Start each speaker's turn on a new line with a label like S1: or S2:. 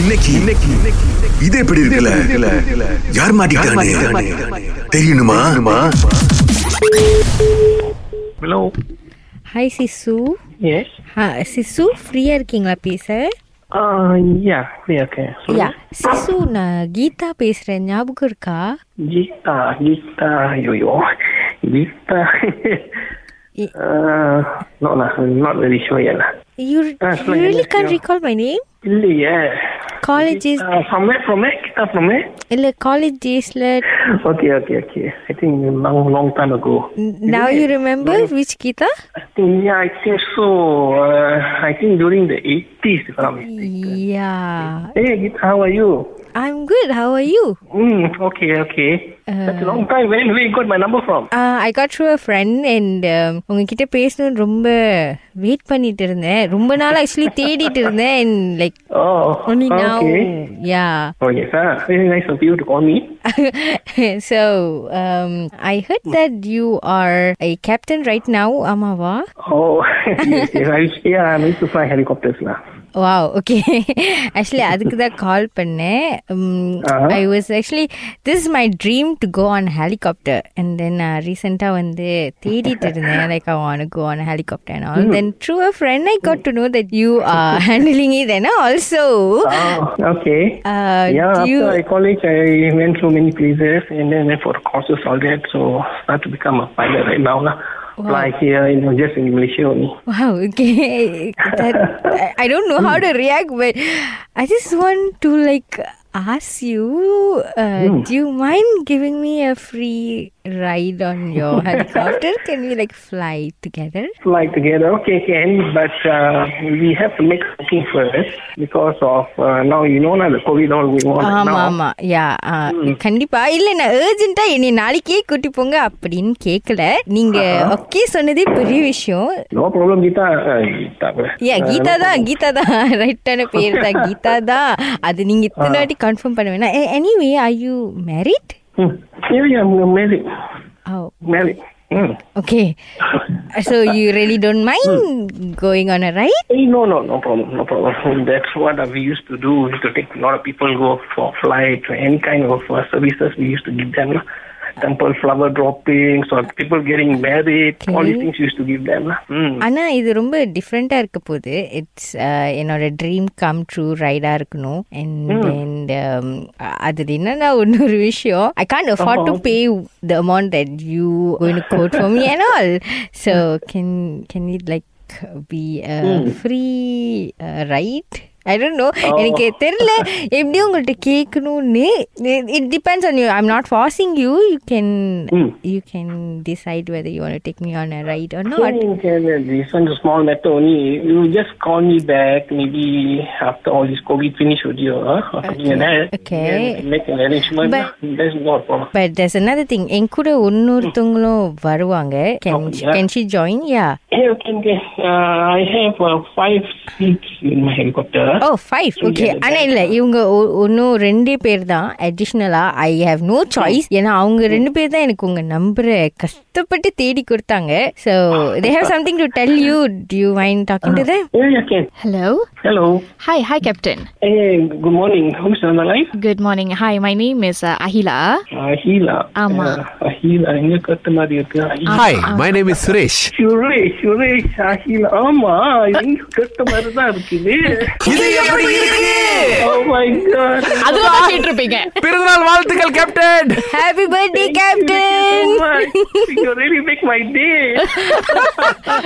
S1: இன்னைக்கு இன்னைக்கு இது எப்படி இருக்குல்ல யார் மாட்டிக்கிட்டானே தெரியணுமா
S2: ஹலோ
S3: ஹாய் சிசு
S2: எஸ்
S3: ஹா சிசு ஃப்ரீயாக இருக்கீங்களா பேச
S2: யா ஓகே
S3: யா சிசு நான் கீதா பேசுகிறேன் ஞாபகம் இருக்கா
S2: கீதா கீதா ஐயோ Gita
S3: Y-
S2: no not very sure ஏன்னா
S3: யூ
S2: ஆ, சொல்லுங்க,
S3: ரியலி
S2: என்ன
S3: கேன்
S2: விஷயம்?
S3: recall my name
S2: இல்லையே
S3: காலேஜ் டேஸ்
S2: ஃப்ரமே ஃப்ரமே கீதா ஃப்ரமே
S3: இல்லை காலேஜ் டேஸில்
S2: okay okay okay I think long long time ago
S3: now you remember which Geetha
S2: Yeah, I think so. Uh, I think during the 80s. if I'm-
S3: yeah
S2: Hey, Gita, how are you?
S3: I'm good how are you
S2: Mm, okay, okay. That's a long time. Where, where you got my number from?
S3: I got ஷூ a friend and um, உங்ககிட்ட பேசணும்னு ரொம்ப wait பண்ணிட்டு இருந்தேன் ரொம்ப நாள் actually தேடிட்டு இருந்தேன் and like
S2: Oh,
S3: only now
S2: okay.
S3: Yeah
S2: Oh, yes, huh? Very nice of you to call me.
S3: so um, I heard that you are a captain right now, Amava.
S2: Oh, yes, yes. I, used- yeah, I'm used to fly helicopters now.
S3: Wow okay actually அதுக்கு தான் call பண்ணேன் Um,
S2: Uh-huh.
S3: I was actually this is my dream to go on helicopter and then நான் ரீசெண்டாக uh, வந்து தேடிட்டு இருந்தேன் like I want go on helicopter and
S2: Hmm.
S3: All then through a friend I got to know that you are handling it and also
S2: Oh, okay.
S3: Uh,
S2: yeah, after I college, I went to many places and then went for courses, all that. So, start to become a pilot right now. lah. Fly here, you know, just in Malaysia only.
S3: Wow, okay. That, I- I don't know how to react, but I just want to like ask you uh, do you mind giving me a free ride on your helicopter? Can we like fly together?
S2: fly together. Okay, can but uh, we have to make booking first because of uh, now you know now the COVID all going on right
S3: ஆமா
S2: now.
S3: ஆமா yeah கண்டிப்பா இல்ல நான் urgent-ஆ என்னை நாளைக்கே கூட்டி போங்க அப்படின்னு கேக்கல நீங்க ஓகே சொன்னதே பெரிய விஷயம்
S2: No problem, Gita. Uh, Gita
S3: yeah Gita தான் கீதா தான் ரைட்டான பேர் தான் கீதா தான் அது நீங்க இத்தனை வாட்டி கன்ஃபார்ம் பண்ண வேணாம் anyway are you married
S2: Hmm. Yeah, yeah, I'm married.
S3: Oh
S2: Married. Hmm.
S3: Okay so you really don't mind going on a ride
S2: Hey, Eh, no, no, no problem, no problem. That's what we used to do. We used to take a lot of people go for flight, for any kind of uh, services. We used to give them lah. temple flower droppings or people getting married. All these things we used to give them. lah. Hmm.
S3: ஆனா இது ரொம்ப டிஃப்ரெண்டா இருக்க போகுது it's என்னோட dream come true ரைடா இருக்கணும் and and அது என்னன்னா இன்னொரு விஷயம் I can't afford to pay the amount that you going quote for me and all so can can it like be free uh, right I don't know எனக்கு தெரியல எப்படி உங்கள்கிட்ட கேட்கணும்னு it depends on you I'm not forcing you you can
S2: Mm.
S3: You can decide whether you want take me on a ride or not
S2: Okay, okay, then this one's a small matter only. You just call me back maybe after all this COVID finish with you, huh? Or something like that.
S3: Okay.
S2: Then we can make an arrangement.
S3: But-
S2: That's no problem.
S3: But there's another thing என் கூட இன்னொருத்தவங்களும் வருவாங்க can
S2: அப்படியா?
S3: Can she join yeah
S2: Hey, okay, okay. Uh, I have uh, five seats in my helicopter.
S3: Oh five
S2: She
S3: okay
S2: can
S3: Oh, ஆனா இல்ல இவங்க ஒ- ஒன்னும் ரெண்டே பேர் தான் அடிஷ்னலா ஐ ஹேவ் நோ சாய்ஸ் ஏன்னா அவங்க ரெண்டு பேர் தான் எனக்கு உங்க நம்பரை கஷ்டப்பட்டு தேடி கொடுத்தாங்க so they have something to tell you due mind talking to them
S2: Yeah, yeah, okay.
S4: Hello.
S2: Hello.
S4: Hi, hi, Captain.
S2: Hey, good morning. Who's on the line?
S4: Good morning. Hi, my name is uh, Ahila.
S2: Ahila
S4: ஆமா.
S2: Ahila Uh, எங்க கத்து மாதிரி இருக்கு Ahila.
S5: Hi, my name is Suresh.
S2: Suresh Suresh Ahila ஆமா எங்க கத்து மாதிரி தான் இருக்குது
S5: இது எப்படி இருக்கு
S2: Oh my God.
S4: அதெல்லாம் தான் கேட்டிருப்பீங்க
S5: பிறந்தநாள் வாழ்த்துக்கள் captain
S3: happy birthday captain
S2: Thank you so much. You really make my day.